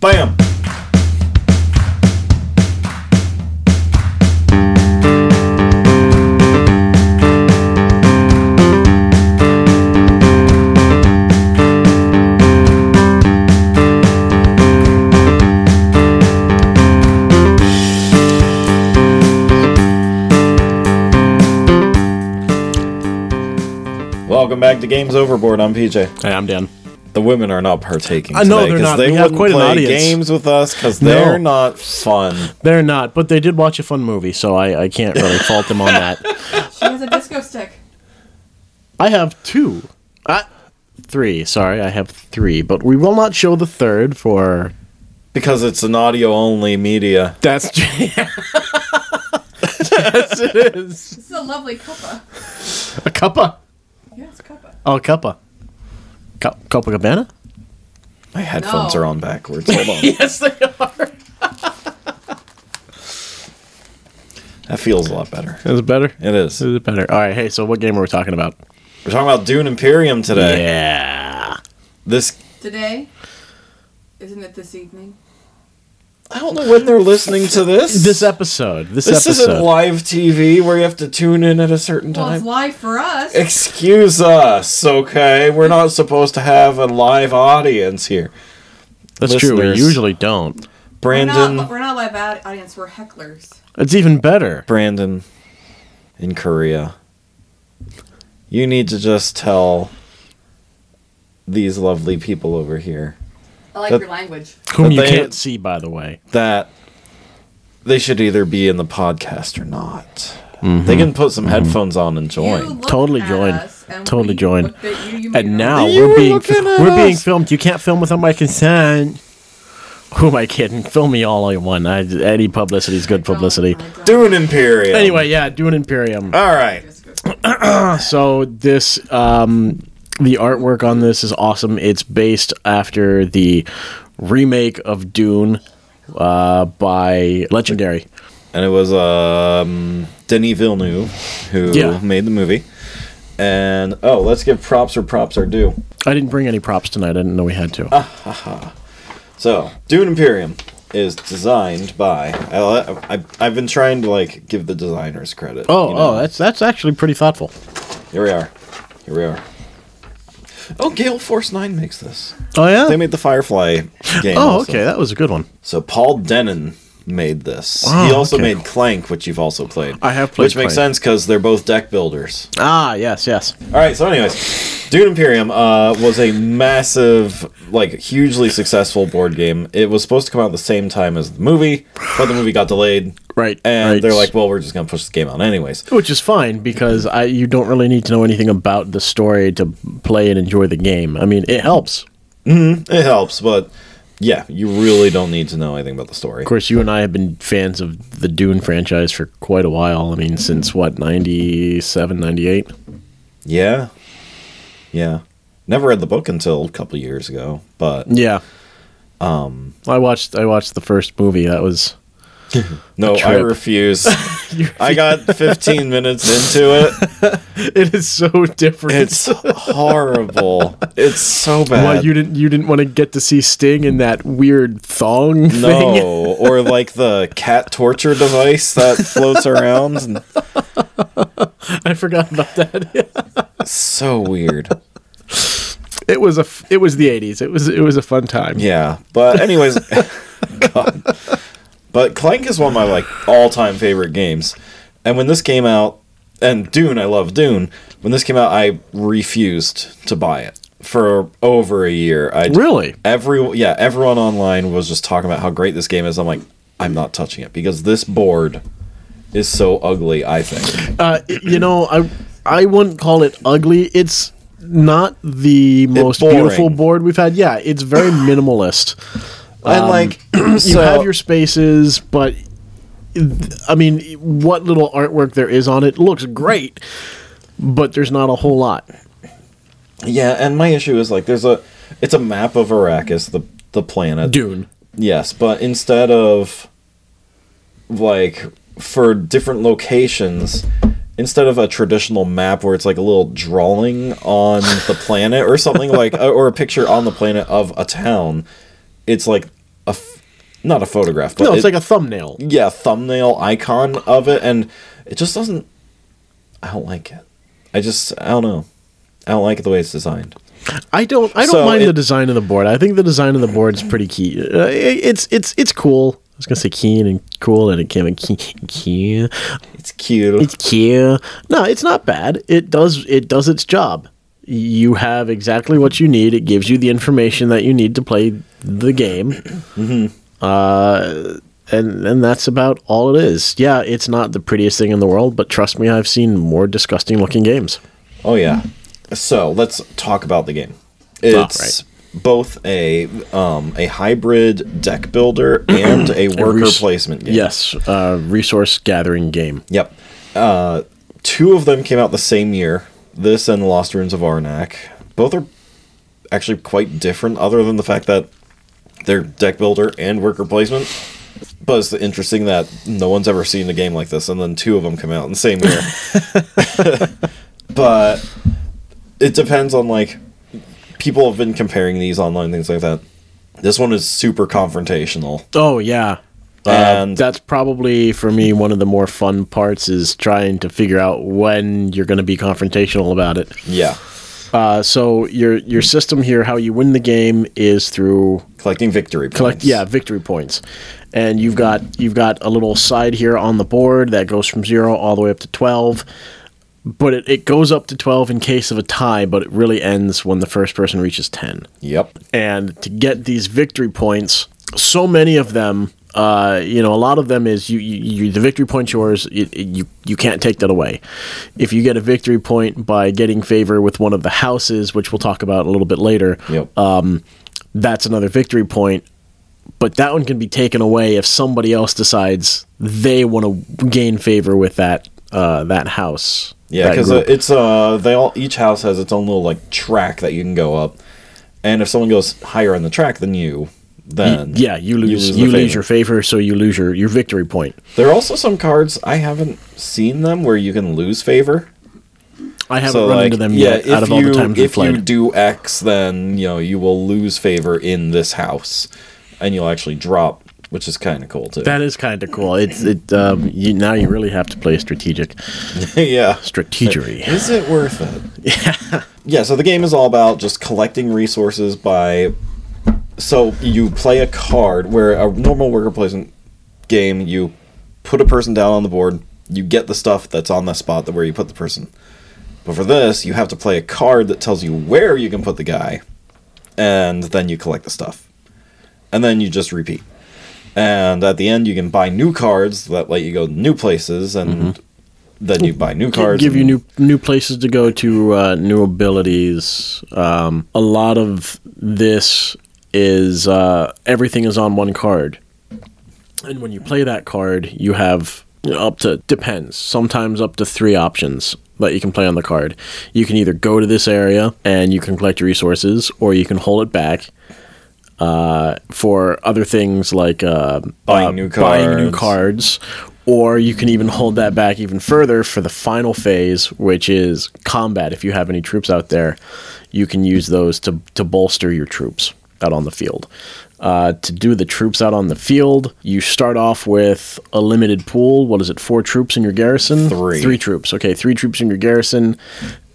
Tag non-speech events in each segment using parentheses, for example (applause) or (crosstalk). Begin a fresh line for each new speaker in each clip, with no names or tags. Bam. Welcome back to Games Overboard. I'm PJ.
Hey, I'm Dan.
The women are not partaking.
I know
today
Uh, they're
'cause
not.
They
We have
wouldn't
quite an
play
audience.
games with us because
No.
they're not fun.
They're not, but they did watch a fun movie, so I, I can't really fault them on that. (laughs)
She has a disco stick.
I have two. I, three, sorry, I have three, but we will not show the third for.
Because it's an audio only media.
(laughs) That's. yes, it is.
This is a lovely cuppa.
A cuppa.
Yeah, it's cuppa.
Oh, a cuppa. Cup, Copacabana?
My headphones
No.
are on backwards. Hold on.
(laughs)
Yes, they are.
That feels a lot better.
Is it better?
It is.
Is it better? All right, hey, so what game are we talking about?
We're talking about Dune Imperium today.
Yeah.
This
Today, isn't it this evening?
I don't know when they're listening to this.
This episode. This,
This
episode.
isn't live TV where you have to tune in at a certain
Well, it's
time.
live for us.
Excuse us, okay? We're not supposed to have a live audience here.
That's true. We
listeners.
usually don't.
We're
Brandon,
not, we're not live ad- audience, we're hecklers.
It's even better.
Brandon, in Korea, you need to just tell these lovely people over here
I like
That-
your language.
Whom
But
you
they-
can't see, by the way.
that they should either be in the podcast or not.
Mm-hmm.
They can put some headphones on and
You
join.
looked
Totally
at
joined.
us, and
Totally
we
joined.
looked at you, you made
And
your
now
own-
You
we're
were
being
looking at
we're being
us.
filmed. You can't film without my consent. Who am I kidding? Film me all I want. I, any publicity is good publicity.
Oh, my God.
Dune Imperium.
Anyway, yeah, do an Imperium.
All right. Ah.
So this, um, the artwork on this is awesome. It's based after the remake of Dune uh, by Legendary.
and it was um, Denis Villeneuve who
Yeah.
made the movie. And oh, let's give props or props are due.
I didn't bring any props tonight. I didn't know we had to.
Ah, So, Dune Imperium is designed by. I, I, I've been trying to like give the designers credit.
oh,
you know?
oh, that's that's actually pretty thoughtful.
here we are, here we are. Oh, Gale Force Nine makes this.
Oh
They
yeah.
made the Firefly game.
Oh
also.
okay, that was a good one.
So Paul Denon made this.
Oh,
he also
okay.
made Clank, which you've also played.
I have played
which makes
Clank.
sense because they're both deck builders.
Ah yes, yes.
All right. So, anyways, Dune Imperium uh, was a massive, like, hugely successful board game. It was supposed to come out the same time as the movie, but the movie got delayed.
Right.
And
right.
they're like, well, we're just gonna push this game out anyways.
Which is fine because I you don't really need to know anything about the story to play and enjoy the game. I mean, it helps. Of
It helps, but yeah, you really don't need to know anything about the story.
course, you and I have been fans of the Dune franchise for quite a while. I mean, since what, 97, 98?
Yeah, yeah. Never read the book until a couple years ago, but
Yeah. Um I watched I watched the first movie. That was
no, I
trip.
refuse. I got 15 minutes into it.
(laughs) It is so different. (laughs)
It's horrible. It's so bad.
why you didn't you didn't want to get to see Sting in that weird thong thing.
No, or like the cat torture device that floats around. And
(laughs) I forgot about that. (laughs)
it's so weird.
It was a f- it was the 80s. It was it was a fun time.
Yeah, but anyways, (laughs) God. but Clank is one of my like all-time favorite games. And when this came out, and Dune, I love Dune. When this came out, I refused to buy it for over a year. I
Really?
every yeah everyone online was just talking about how great this game is. I'm like, I'm not touching it because this board is so ugly. I think
Uh, you know, I I wouldn't call it ugly. It's not the most
boring.
beautiful board we've had. Yeah, it's
(sighs)
very minimalist.
and like
Um,
(clears throat)
You have your spaces, but I mean, what little artwork there is on it looks great, but there's not a whole lot.
Yeah, and my issue is like there's a it's a map of Arrakis, the the planet.
Dune.
Yes, but instead of like for different locations, instead of a traditional map where it's like a little drawing on
(laughs)
the planet or something like or a picture on the planet of a town, it's like a f- not a photograph, but
No, it's
it-
like a thumbnail.
yeah thumbnail icon of it, and it just doesn't. I don't like it. I just I don't know. I don't like the way it's designed.
I don't. I don't
So
mind
it-
the design of the board. I think the design of the board is pretty key. Uh, it- it's it's it's cool. I was gonna say keen and cool, and it came in key. key.
It's cute.
It's cute. No, it's not bad. It does it does its job. You have exactly what you need. It gives you the information that you need to play the (clears throat) game. Mm-hmm. Uh, and and that's about all it is. Yeah, it's not the prettiest thing in the world, but trust me, I've seen more disgusting looking games.
Oh yeah. So let's talk about the game.
Ah,
It's both a um, a hybrid deck builder and
(clears throat)
a worker
res-
placement game.
Yes, uh, resource gathering game.
Yep. Uh, two of them came out the same year. This and the Lost Ruins of Arnak. Both are actually quite different, other than the fact that they're deck builder and worker placement. But it's interesting that no one's ever seen a game like this, and then two of them come out in the same
(laughs)
year. but it depends on like people have been comparing these online things like that. This one is super confrontational.
Oh yeah. Uh,
And-
that's probably for me one of the more fun parts is trying to figure out when you're going to be confrontational about it.
Yeah,
Uh, so your your system here, how you win the game is through
collecting victory points.
collect yeah victory points, and you've got you've got a little side here on the board that goes from zero all the way up to twelve, but it, it goes up to twelve in case of a tie, but it really ends when the first person reaches ten
Yep.
and to get these victory points so many of them uh, you know a lot of them is you, you, you the victory point's yours you, you you can't take that away if you get a victory point by getting favor with one of the houses which we'll talk about a little bit later
Yep.
that's another victory point but that one can be taken away if somebody else decides they want to gain favor with that uh, that house
Yeah,
that
because
group.
it's uh, they all each house has its own little like track that you can go up, and if someone goes higher on the track than you, then
yeah you lose you lose,
the favor.
your favor so you lose your, your victory point
There are also some cards I haven't seen them where you can lose favor.
I haven't
So
run
like,
into them
yeah,
yet.
if
Out of
you
all the times we've
if you
played,
do X, then you know you will lose favor in this house, and you'll actually drop, which is kind of cool too.
that is kind of cool. It's it um, you, now you really have to play strategic
(laughs) yeah,
strategery.
Is it worth
(laughs)
it? Yeah. Yeah, so the game is all about just collecting resources by. So you play a card where a normal worker placement game, you put a person down on the board, you get the stuff that's on the spot that where you put the person. But for this, you have to play a card that tells you where you can put the guy, and then you collect the stuff. And then you just repeat. And at the end, you can buy new cards that let you go to new places, and then you buy new cards.
Mm-hmm. Give you
and-
new new places to go to, uh, new abilities. Um, a lot of this is uh, everything is on one card, and when you play that card, you have you know, up to depends. Sometimes up to three options that you can play on the card. You can either go to this area and you can collect your resources, or you can hold it back uh, for other things like uh,
Buying
uh,
new
buying new
cards.
cards, or you can even hold that back even further for the final phase, which is combat. If you have any troops out there, you can use those to to bolster your troops out on the field. Uh, to do the troops out on the field, you start off with a limited pool. What is it? Four troops in your garrison.
Three.
Three troops. Okay, three troops in your garrison,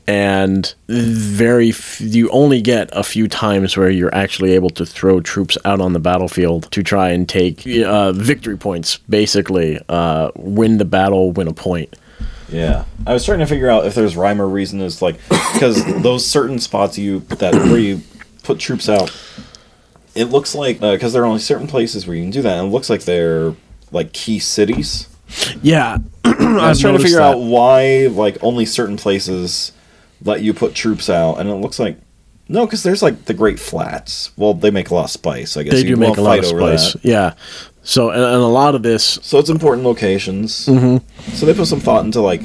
and very f- you only get a few times where you're actually able to throw troops out on the battlefield to try and take uh, victory points. Basically, uh, win the battle, win a point.
Yeah, I was trying to figure out if there's rhyme or reason. Is like because (coughs) those certain spots you that where you put troops out, it looks like because there are only certain places where you can do that, and it looks like they're like key cities.
Yeah,
(clears throat) I was
I've
trying to
noticed
figure
that.
out why like only certain places let you put troops out, and it looks like no, because there's like the Great Flats. Well, they make a lot of spice. I guess
they
you
do make
won't
a lot
fight
of
over
spice.
that.
Yeah, so and, and a lot of this
So it's important locations.
Mm-hmm.
So they put some thought into like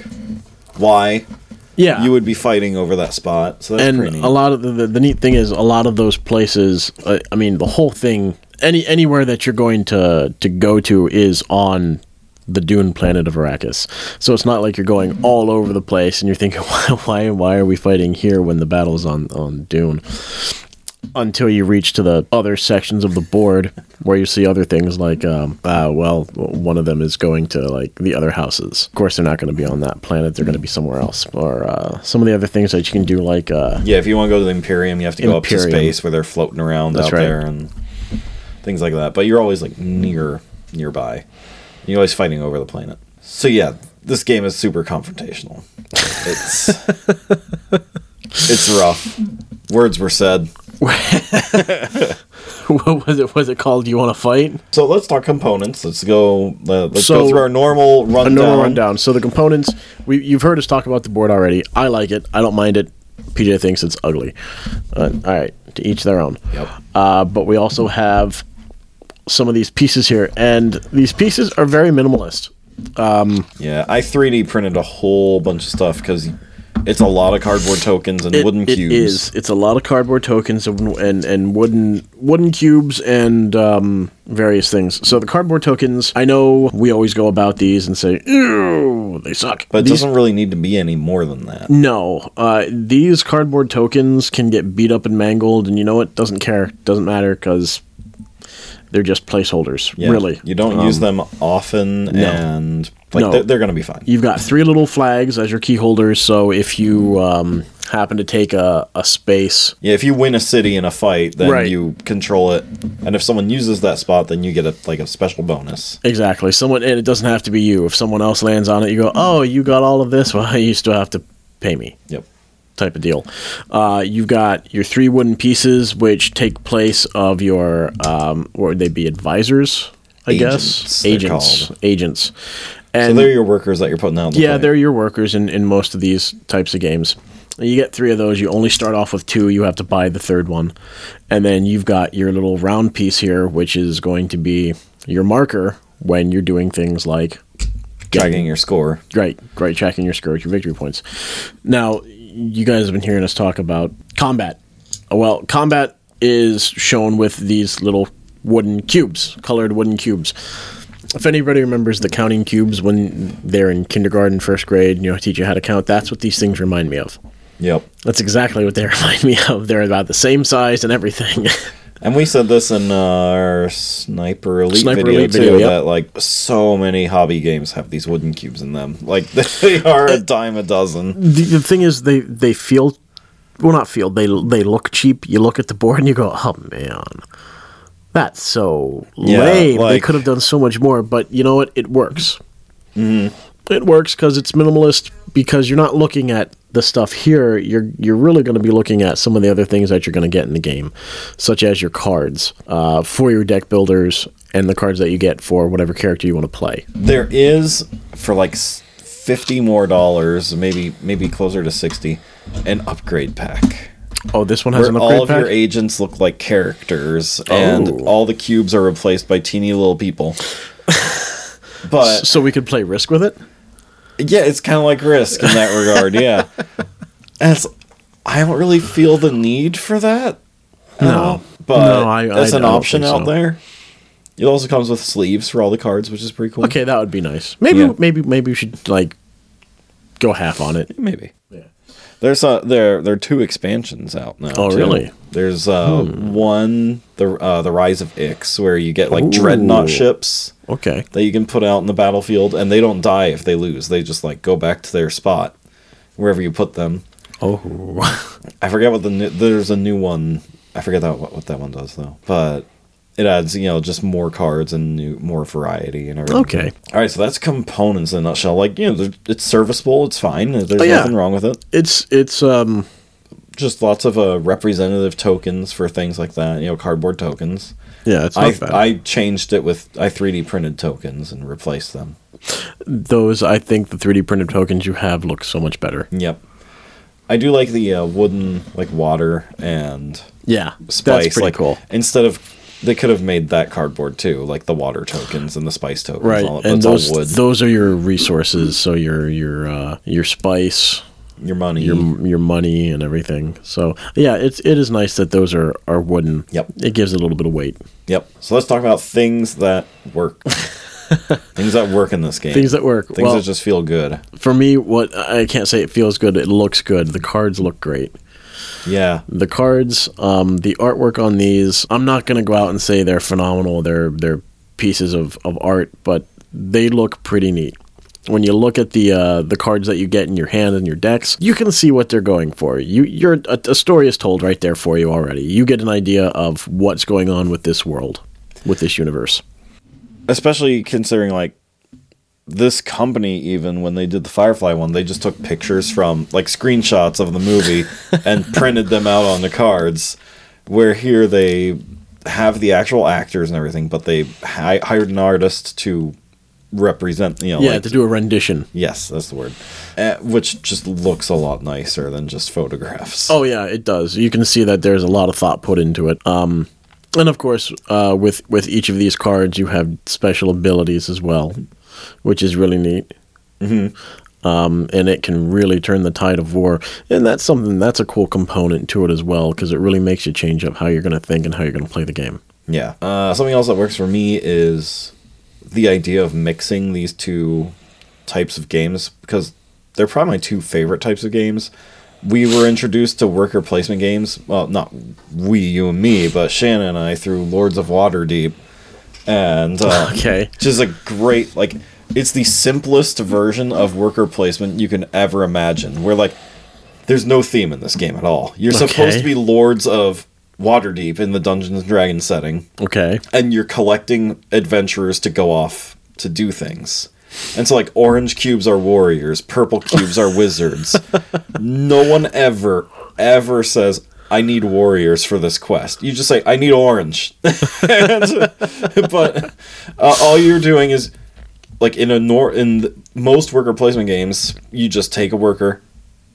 why
Yeah,
you would be fighting over that spot. So that's
and
pretty neat.
a lot of the, the the neat thing is a lot of those places. Uh, I mean, the whole thing, any anywhere that you're going to to go to is on the Dune planet of Arrakis. So it's not like you're going all over the (laughs) place and you're thinking, why why why are we fighting here when the battle's on on Dune? until you reach to the other sections of the board where you see other things like um, uh, well one of them is going to like the other houses of course they're not going to be on that planet they're going to be somewhere else or uh, some of the other things that you can do like uh,
Yeah, if you want to go to the Imperium, you have to go up to
Imperium.
space where they're floating around
That's
out
right.
there and things like that. But you're always like near nearby. You're always fighting over the planet. So yeah, this game is super confrontational.
(laughs)
It's it's rough. Words were said.
(laughs) what was it was it called do you want to fight
So let's talk components. Let's go. Uh, let's go
So-
through our normal
a
rundown.
normal rundown so the components we, you've heard us talk about the board already i like it i don't mind it pj thinks it's ugly uh, all right to each their own
Yep.
uh, but we also have some of these pieces here, and these pieces are very minimalist.
Yeah, I 3D printed a whole bunch of stuff because it's a lot of cardboard tokens and
It-
wooden
it
cubes.
is. It's a lot of cardboard tokens and and, and wooden wooden cubes and um, various things. So the cardboard tokens, I know we always go about these and say, "Ew, they suck."
But it
these,
doesn't really need to be any more than that.
no, uh, these cardboard tokens can get beat up and mangled, and you know what? Doesn't care. Doesn't matter because they're just placeholders.
Yeah,
Really, Um,
You don't use them often, and like
No.
they're, they're going to be fine.
You've got three little flags as your key holders, so if you um, happen to take a, a space,
Yeah, if you win a city in a fight, then
Right.
you control it, and if someone uses that spot, then you get a like a special bonus.
exactly, someone, and it doesn't have to be you. If someone else lands on it, you go, oh, you got all of this. (laughs) Well, you still have to pay me,
Yep.
type of deal. Uh, you've got your three wooden pieces, which take place of your, um, what would they be, advisors? I
Agents,
guess
they're
agents,
called.
agents,
So
and
they're your workers that you're putting out. on the
Yeah,
plate.
they're your workers in, in most of these types of games. You get three of those. You only start off with two. You have to buy the third one. And then you've got your little round piece here, which is going to be your marker when you're doing things like
tracking your score.
Great, great tracking your scourge, your victory points. Now, you guys have been hearing us talk about combat. Well, combat is shown with these little wooden cubes, colored wooden cubes. If anybody remembers the counting cubes when they're in kindergarten, first grade, and you know, teach you how to count, that's what these things remind me of.
Yep.
That's exactly what they (laughs) remind me of. They're about the same size and everything. (laughs)
And we said this in uh, our Sniper Elite
Sniper
video
Elite
too,
video, yep.
that like so many hobby games have these wooden cubes in them. Like (laughs) they are a dime a dozen.
the, the thing is they they feel well not feel they they look cheap you look at the board and you go oh man that's so
Yeah,
lame they
like-
could have done so much more but you know what it works
Mm-hmm.
it works because it's minimalist because you're not looking at the stuff here you're you're really going to be looking at some of the other things that you're going to get in the game such as your cards uh, for your deck builders and the cards that you get for whatever character you want to play
There is for like s- fifty more dollars, maybe maybe closer to sixty, an upgrade pack.
oh this one has
Where
an upgrade
all of
pack?
your agents look like characters, and
Oh.
all the cubes are replaced by teeny little
(laughs)
people. But
so we could play risk with it
Yeah, it's kind of like Risk in that regard.
(laughs)
Yeah, as I don't really feel the need for that. at
No.
all, but
No, I-
that's
I- I
an
don't
option
think
out
so.
there. It also comes with sleeves for all the cards, which is pretty cool.
Okay, that would be nice. Maybe
Yeah.
maybe maybe we should like go half on it.
maybe. There's uh there there are two expansions out now.
Oh,
too.
really? Hmm.
There's uh one the uh, the Rise of Ix where you get like dreadnought
Ooh.
ships
Okay.
that you can put out in the battlefield, and they don't die if they lose. They just like go back to their spot wherever you put them.
Oh.
I forget what the new, there's a new one. I forget that what, what that one does though. But it adds you know just more cards and new more variety and everything.
Okay.
All right, so that's components in a nutshell. Like you know, there- it's serviceable. It's fine. There's
Oh, yeah.
nothing wrong with it.
(laughs) It's it's um
Just lots of uh, representative tokens for things like that. You know, cardboard tokens.
yeah, it's not
I
bad.
I changed it with I 3D printed tokens and replaced them.
Those I think the 3D printed tokens you have look so much better.
Yep. I do like the uh, wooden like water and
Yeah.
spice.
That's pretty
like
cool.
instead of they could have made that cardboard too, like the water tokens and the spice tokens.
Right.
all that, but
and
it's all
those
wood.
those are your resources, so your your uh your spice,
your money.
your your money and everything. So, yeah, it's it is nice that those are are wooden.
Yep.
It gives it a little bit of weight.
yep. So let's talk about things that
(laughs)
work. things that work in this game.
Things that work.
Things
well,
that just feel good.
for me, what I can't say it feels good. It looks good. The cards look great.
Yeah.
the cards, um, the artwork on these. I'm not gonna go out and say they're phenomenal. They're they're pieces of, of art, but they look pretty neat. When you look at the uh, the cards that you get in your hand and your decks, you can see what they're going for. You you're a, a story is told right there for you already. You get an idea of what's going on with this world, with this universe.
especially considering like this company even when they did the firefly one they just took pictures from like screenshots of the movie and printed them out on the cards where here they have the actual actors and everything but they hi- hired an artist to represent you know
Yeah,
like-
to do a rendition.
yes that's the word uh, which just looks a lot nicer than just photographs
Oh yeah, it does. You can see that there's a lot of thought put into it. Um, and of course, uh, with with each of these cards, you have special abilities as well, which is really neat. Um, and it can really turn the tide of war, and that's something that's a cool component to it as well because it really makes you change up how you're going to think and how you're going to play the game.
Yeah. Uh, something else that works for me is the idea of mixing these two types of games because they're probably my two favorite types of games. We were introduced to worker placement games. Well, not we, you and me, but Shannon and I through Lords of Waterdeep, and uh,
(laughs) Okay.
which is a great like it's the simplest version of worker placement you can ever imagine. Where like there's no theme in this game at all. You're supposed
Okay.
to be lords of Waterdeep in the Dungeons and Dragons setting,
Okay.
and you're collecting adventurers to go off to do things. And so, like, orange cubes are warriors, purple cubes are wizards. No one ever, ever says, I need warriors for this quest. You just say, I need orange. (laughs) And- but uh, all you're doing is, like, in a nor- in th- most worker placement games, you just take a worker,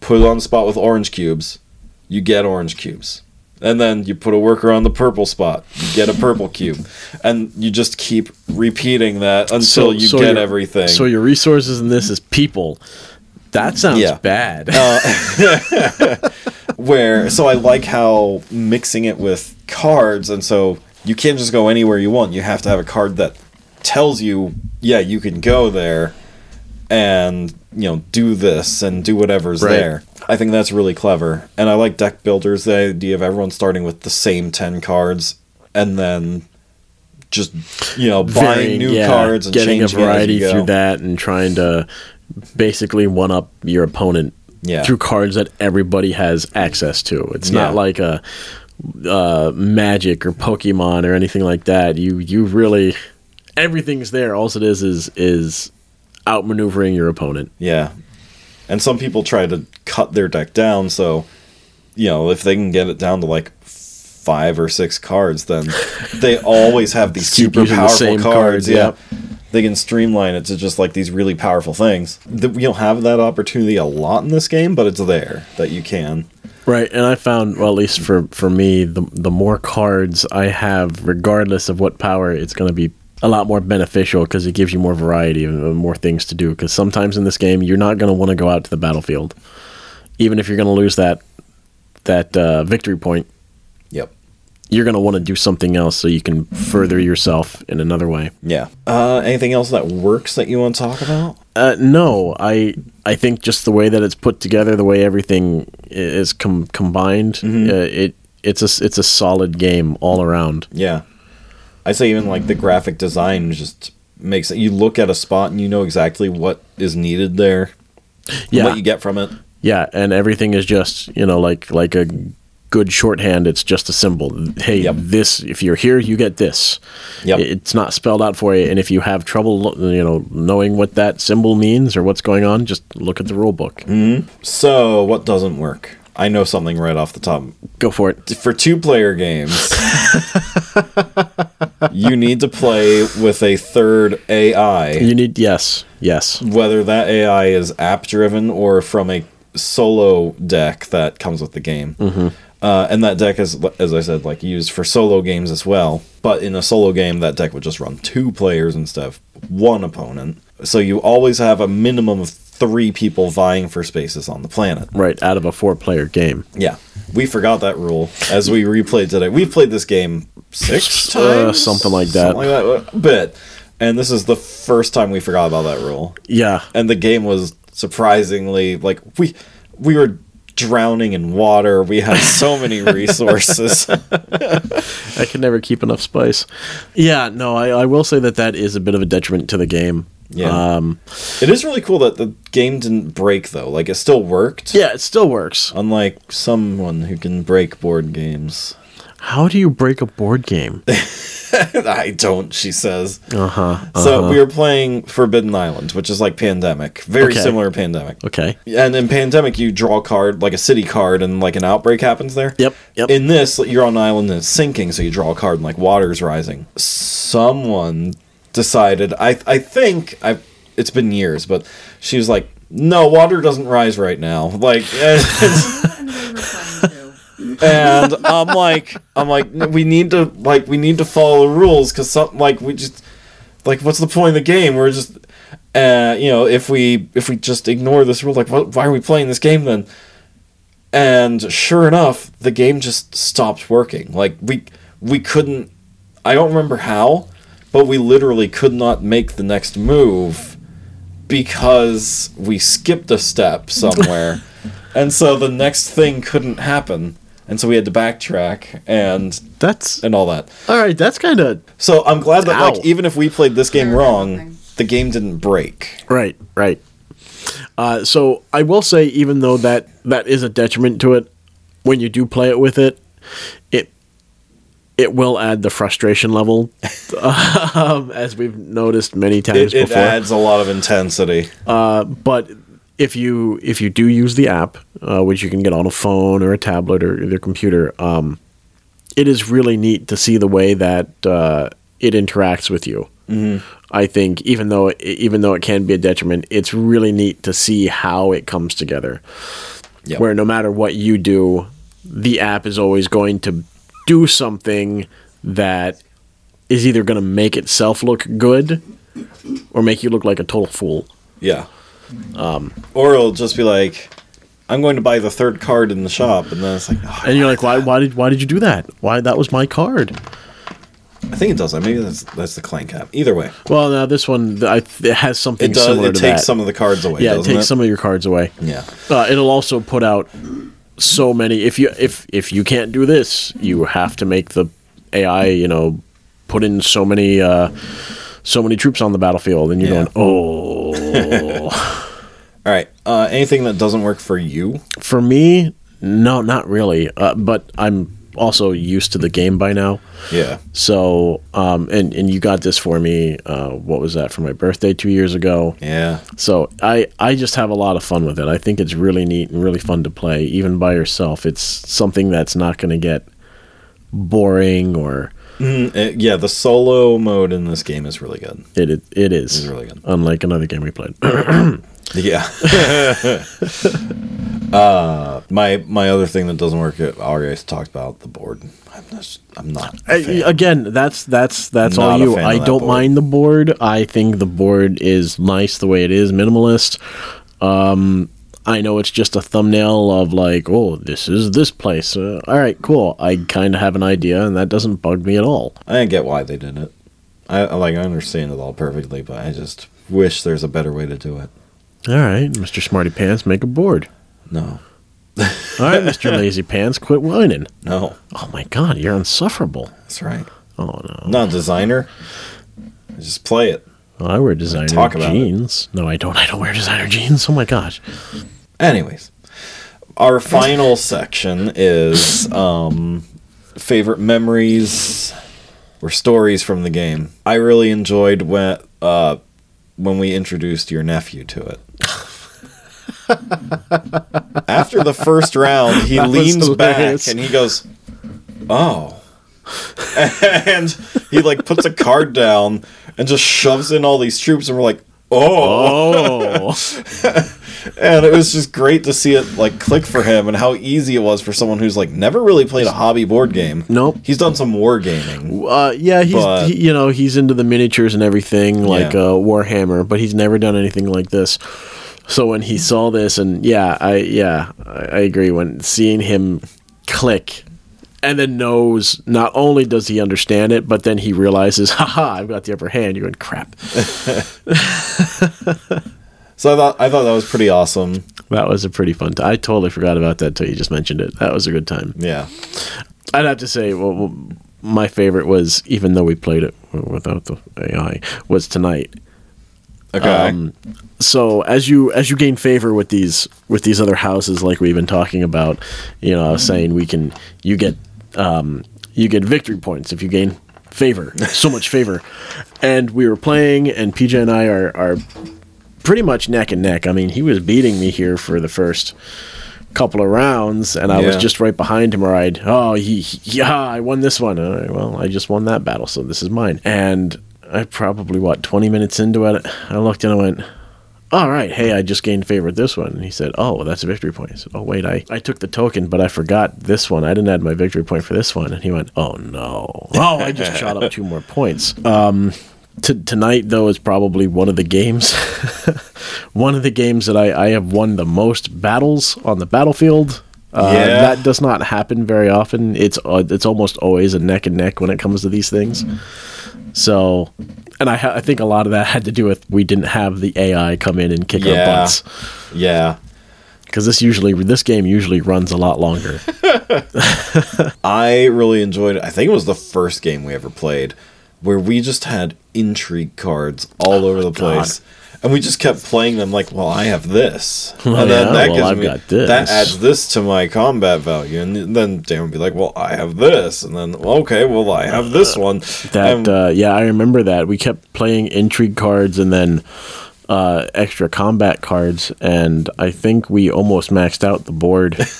put it on the spot with orange cubes, you get orange cubes. And then you put a worker on the purple spot, you get a purple cube. And you just keep repeating that until you get
your-
everything.
So your resources in this is people. That sounds
Yeah.
bad. (laughs)
where so I like how mixing it with cards, and so you can't just go anywhere you want. You have to have a card that tells you, yeah, you can go there, and you know, do this and do whatever's
Right.
there. I think that's really clever, and I like deck builders. The idea of everyone starting with the same ten cards, and then just you know buying
varying,
new
yeah,
cards and
getting
changing it
a
as you
variety
go.
through that and trying to basically one up your opponent
Yeah.
through cards that everybody has access to. It's
Yeah.
not like a uh, Magic or Pokemon or anything like that. You you really everything's there. All it is is is outmaneuvering your opponent.
Yeah. And some people try to cut their deck down, so you know, if they can get it down to like five or six cards,
(laughs)
then they always have these
Keep
super
using the
powerful
same
cards.
cards,
yeah. They can streamline it to just like these really powerful things. Th- We don't have that opportunity a lot in this game, but it's there that you can.
Right, and I found well, at least for for me, the the more cards I have, regardless of what power, it's going to be a lot more beneficial because it gives you more variety and uh, more things to do. Because sometimes in this game, you're not going to want to go out to the battlefield, even if you're going to lose that that uh, victory point.
Yep.
You're going to want to do something else so you can further yourself in another way.
Yeah. Uh, anything else that works that you want to talk about?
Uh, no, I I think just the way that it's put together, the way everything i- is com- combined, uh, it it's a s- it's a solid game all around.
Yeah. I'd say even like the graphic design just makes it you look at a spot and you know exactly what is needed there.
Yeah.
What you get from it.
Yeah, and everything is just you know like like a good shorthand. It's just a symbol. Hey,
Yep.
this if you're here, you get this.
Yep.
It's not spelled out for you, and if you have trouble, lo- you know, knowing what that symbol means or what's going on, just look at the rule book.
So, what doesn't work? I know something right off the top.
Go for it.
For two player games, you need to play with a third AI,
You need yes, yes.
whether that AI is app driven or from a solo deck that comes with the game.
Mm-hmm.
Uh, and that deck is, as I said, like used for solo games as well. But in a solo game, that deck would just run two players instead of one opponent. So you always have a minimum of three people vying for spaces on the planet.
Right out of a four-player game.
Yeah, we forgot that rule as we replayed today. We've played this game six times,
Uh, something like that.
something like that, a bit. And this is the first time we forgot about that rule.
Yeah,
And the game was surprisingly like we we were drowning in water. We have so
(laughs)
many resources.
I can never keep enough spice. Yeah, no, I, I will say that that is a bit of a detriment to the game.
Yeah.
Um,
it is really cool that the game didn't break though. Like it still worked.
yeah, it still works.
Unlike someone who can break board games. (laughs)
How do you break a board (laughs) game?
I don't, she says.
Uh huh.
So we were playing Forbidden Island, which is like Pandemic, very
Okay.
similar to Pandemic.
okay.
And in Pandemic, you draw a card, like a city card, and like an outbreak happens there.
Yep, yep.
In this, you're on an island and it's sinking, so you draw a card and like water's rising. Someone decided, I, I think, I it's been years, but she was like, no, water doesn't rise right now. Like, (laughs) and,
And we
(laughs)
were playing too.
and I'm like, I'm like, "No, we need to like, we need to follow the rules because something like we just like, what's the point of the game? We're just, uh, you know, if we if we just ignore this rule, like, what, why are we playing this game then? And sure enough, the game just stopped working. Like we we couldn't. I don't remember how, but we literally could not make the next move because we skipped a step somewhere. and so the next thing couldn't happen. And so we had to backtrack and
That's
and all that.
all right. That's kind of
So I'm glad that
Ow.
like even if we played this game
Fair
wrong,
enough.
the game didn't break.
right. Right. Uh, so I will say, even though that that is a detriment to it, when you do play it with it, it it will add the frustration level, (laughs) um, as we've noticed many
It,
times
it
before.
adds a lot of intensity.
but if you if you do use the app, uh, which you can get on a phone or a tablet or their computer, um, it is really neat to see the way that uh, it interacts with you. Mm-hmm. I think even though even though it can be a detriment, it's really neat to see how it comes together.
Yep.
Where no matter what you do, the app is always going to do something that is either going to make itself look good or make you look like a total fool.
Yeah. Um, or it'll just be like, I'm going to buy the third card in the shop, and then it's like, "Oh,
And you're like, why? Why did? Why did you do that? Why? That was my card.
I think it does that. Maybe that's that's the clank app. Either way,
Well, now this one th- I, th- it has something
it does.
similar
It
to
takes
that.
some of the cards away.
yeah, it
doesn't
takes some of your cards away.
Yeah.
Uh, it'll also put out so many. If you if if you can't do this, you have to make the AI. You know, put in so many uh, so many troops on the battlefield, and you're
Yeah.
going, oh.
All right. Uh, anything that doesn't work for you?
For me, no, not really. Uh, but I'm also used to the game by now.
Yeah.
So, um, and and you got this for me. Uh, what was that for my birthday two years ago?
Yeah.
So I I just have a lot of fun with it. I think it's really neat and really fun to play, even by yourself. It's something that's not going to get boring or
Mm, uh, yeah. The solo mode in this game is really good.
it it, it is
It's really good.
unlike another game we played.
Yeah. (laughs) uh, my my other thing that doesn't work, uh, already talked about the board. I'm not. I'm not. a
I-
fan.
again, that's that's that's
Not
all
a
you.
fan
I
of that
don't
board.
mind the board. I think the board is nice the way it is, minimalist. Um, I know it's just a thumbnail of like, oh, this is this place. Uh, all right, cool. I kind of have an idea, and that doesn't bug me at all.
I didn't get why they did it. I I- like I understand it all perfectly, but I just wish there's a better way to do it.
All right, Mister Smarty Pants, make a board.
No,
All right,
(laughs)
Mister Lazy Pants, quit whining.
no,
Oh my God, you're insufferable.
that's right.
Oh no,
I'm not a designer. I Just play it.
I wear designer
Talk about it.
jeans. No, I don't. I don't wear designer jeans. Oh my gosh.
Anyways, our final section is um, favorite memories or stories from the game. I really enjoyed when uh, when we introduced your nephew to it. After the first round, he
(laughs) That was
leans back
hilarious.
and he goes, "Oh." and he like puts a card down and just shoves in all these troops and we're like, "Oh."
(laughs) Oh.
and it was just great to see it like click for him and how easy it was for someone who's like never really played a hobby board game.
Nope.
He's done some wargaming.
Uh, yeah, he's
But-
he, you know he's into the miniatures and everything like
Yeah.
uh, Warhammer, but he's never done anything like this. So when he saw this, and yeah, I yeah I, I agree. When seeing him click, and then knows not only does he understand it, but then he realizes, (laughs) haha, I've got the upper hand. You're going crap.
So I thought I thought that was pretty awesome.
That was a pretty fun time. I totally forgot about that until you just mentioned it. That was a good time.
Yeah.
I'd have to say, well, well, my favorite was, even though we played it without the AI, was tonight.
Okay.
Um, so as you as you gain favor with these with these other houses, like we've been talking about, you know, I was saying we can you get um, you get victory points if you gain favor, so much favor. And we were playing, and PJ and I are are pretty much neck and neck. I mean, he was beating me here for the first couple of rounds, and I was
Yeah.
just right behind him. Or I'd oh he, he- yeah, I won this one. All right, well, I just won that battle, so this is mine. And I probably what twenty minutes into it, I looked and I went. All right, hey, I just gained favor with this one. And he said, "Oh, well, that's a victory point." I said, "Oh, wait, I, I took the token, but I forgot this one. I didn't add my victory point for this one." And he went, "Oh no! (laughs) Oh, I just shot up two more points." T- tonight though is probably one of the games (laughs) one of the games that I, I have won the most battles on the battlefield uh,
Yeah.
that does not happen very often it's uh, it's almost always a neck and neck when it comes to these things
Mm-hmm.
so and I, ha- I think a lot of that had to do with we didn't have the AI come in and kick our
Yeah.
butts
yeah.
because this usually this game usually runs a lot longer
I really enjoyed it. I think it was the first game we ever played where we just had intrigue cards all over the
Oh God.
place. And we just kept playing them like, well, I have
(laughs)
this.
Well,
and
yeah, well, I've got this.
That adds this to my combat value. And then Dan would be like, well, I have this. And then, okay, well, I have this one.
That
And-
uh, yeah, I remember that. We kept playing intrigue cards and then uh, extra combat cards, and I think we almost maxed out the board. I
(laughs)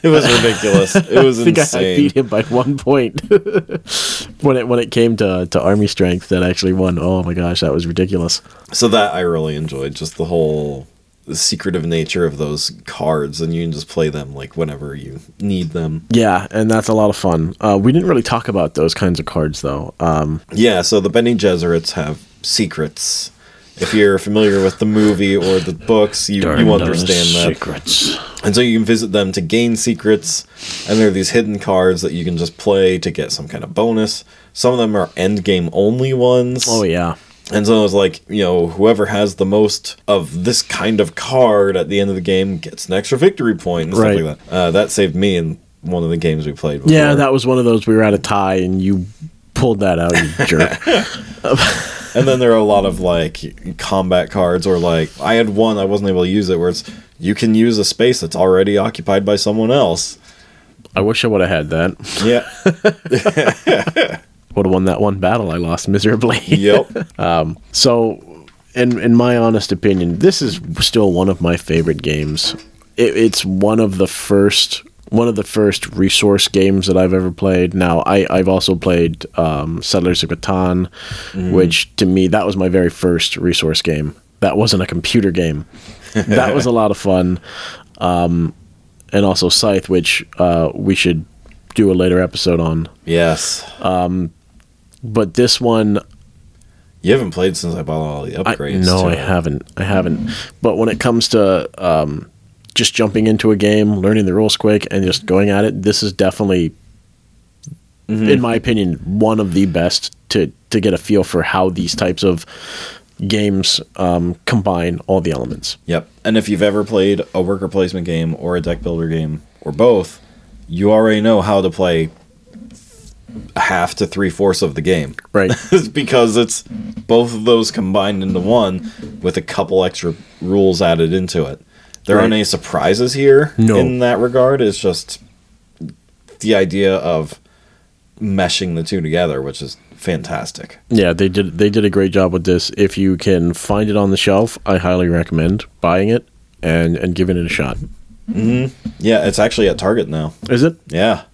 It was
(laughs)
ridiculous. It was
think I- I
insane.
beat him by one point (laughs) when it when it came to to army strength. That actually won. Oh my gosh, that was ridiculous.
so that I really enjoyed just the whole secretive nature of those cards, and you can just play them like whenever you need them.
Yeah, and that's a lot of fun. Uh, we didn't really talk about those kinds of cards though. Um,
Yeah. So the Benny Gesserits have secrets. If you're familiar with the movie or the books, you, you understand that.
secrets.
And so you can visit them to gain secrets, and there are these hidden cards that you can just play to get some kind of bonus. Some of them are end game only ones.
Oh yeah.
And so it was like, you know, whoever has the most of this kind of card at the end of the game gets an extra victory point and
Right.
stuff like that. Uh, that saved me in one of the games we played. Before.
Yeah, that was one of those we were at a tie and you pulled that out, you jerk.
(laughs) and then there are a lot of like combat cards, or like I had one I wasn't able to use it, where it's you can use a space that's already occupied by someone else.
I wish I would have had that. (laughs)
Yeah.
would have won that one battle I lost miserably.
yep.
So, in in my honest opinion, this is still one of my favorite games. It, it's one of the first one of the first resource games that I've ever played. Now, I I've also played um, Settlers of Catan, which to me that was my very first resource game. That wasn't a computer game. that was a lot of fun. Um, and also Scythe, which uh, we should do a later episode on.
Yes.
But this one,
You haven't played since I bought all the
I,
upgrades.
no,
to
I
it.
haven't. I haven't. But when it comes to um, just jumping into a game, learning the rules quick, and just going at it, this is definitely, in my opinion, one of the best to to get a feel for how these types of games um, combine all the elements.
Yep. And if you've ever played a worker placement game or a deck builder game or both, you already know how to play half to three fourths of the game.
(laughs) Right.
It's (laughs) because it's both of those combined into one with a couple extra rules added into it. There aren't
Right.
any surprises here
No.
in that regard. It's just the idea of meshing the two together, which is fantastic.
Yeah, they did they did a great job with this. If you can find it on the shelf, I highly recommend buying it and and giving it a shot.
Yeah, it's actually at Target now.
Is it?
Yeah.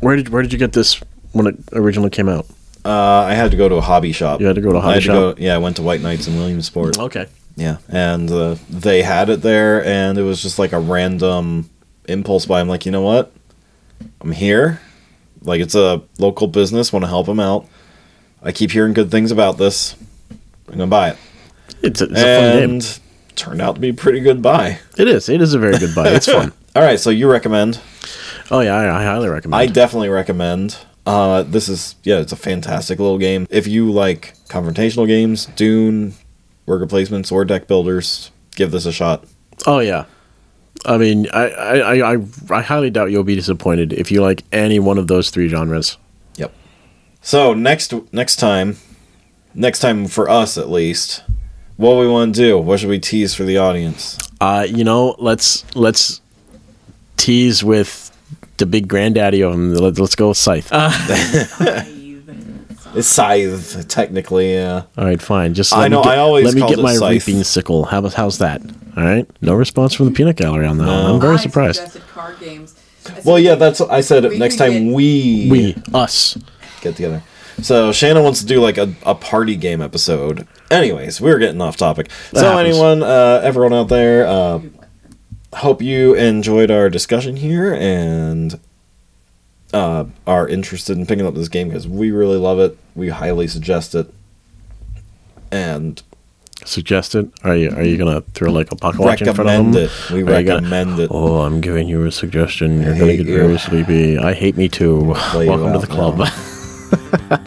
Where did where did you get this when it originally came out?
Uh, I had to go to a hobby shop.
You had to go to a
I
hobby
had to
shop? Oh,
go- yeah, I went to White Knights in Williamsport.
Okay.
Yeah, and uh, they had it there, and it was just like a random impulse buy. I'm like, you know what? I'm here. Like, it's a local business. Want to help them out. I keep hearing good things about this. I'm gonna buy it,
It's a, it's a fun game.
and turned out to be a pretty good buy.
It is. It is a very good buy.
(laughs)
It's fun.
All right, so you recommend?
Oh yeah, I, I highly recommend.
I definitely recommend. Uh, this is yeah, it's a fantastic little game. If you like confrontational games, Dune, worker placements, or deck builders, give this a shot.
Oh yeah. I mean, I, I, I- I, I highly doubt you'll be disappointed if you like any one of those three genres.
Yep. So next next time, next time for us at least, what we want to do? What should we tease for the audience?
Uh, you know, let's let's tease with the big granddaddy of them. Let, us go with Scythe.
Uh, It's scythe, technically. Yeah.
All right, fine. Just
I
let
know,
Me get,
I always
let me
called
get
it
my
Scythe.
reaping sickle. How about how's that? All right. No response from the peanut gallery on that. one. I'm very surprised.
Suggested card games. I
Well,
said-
yeah, that's what I said.
We
next
could
time
get-
we
We us.
get together. So Shannon wants to do like a, a party game episode. Anyways, we are getting off topic.
That
so
happens.
anyone, uh, everyone out there, uh, hope you enjoyed our discussion here and uh, are interested in picking up this game because we really love it. We highly suggest it and
Suggested? Are you are you gonna throw like a pocket watch in front of
recommend
them?
it. We
Are you gonna-
recommend it.
Oh, I'm giving you a suggestion. You're
I
gonna
hate
get
you.
very sleepy. I hate me too.
play you
Welcome to
out
the club.
now.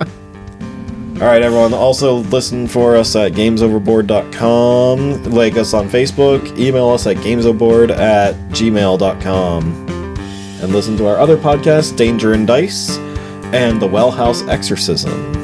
All right, everyone. Also, listen for us at gamesoverboard.com. Like us on Facebook. Email us at gamesoverboard at gmail.com. And listen to our other podcasts, Danger and Dice and The Well House Exorcism.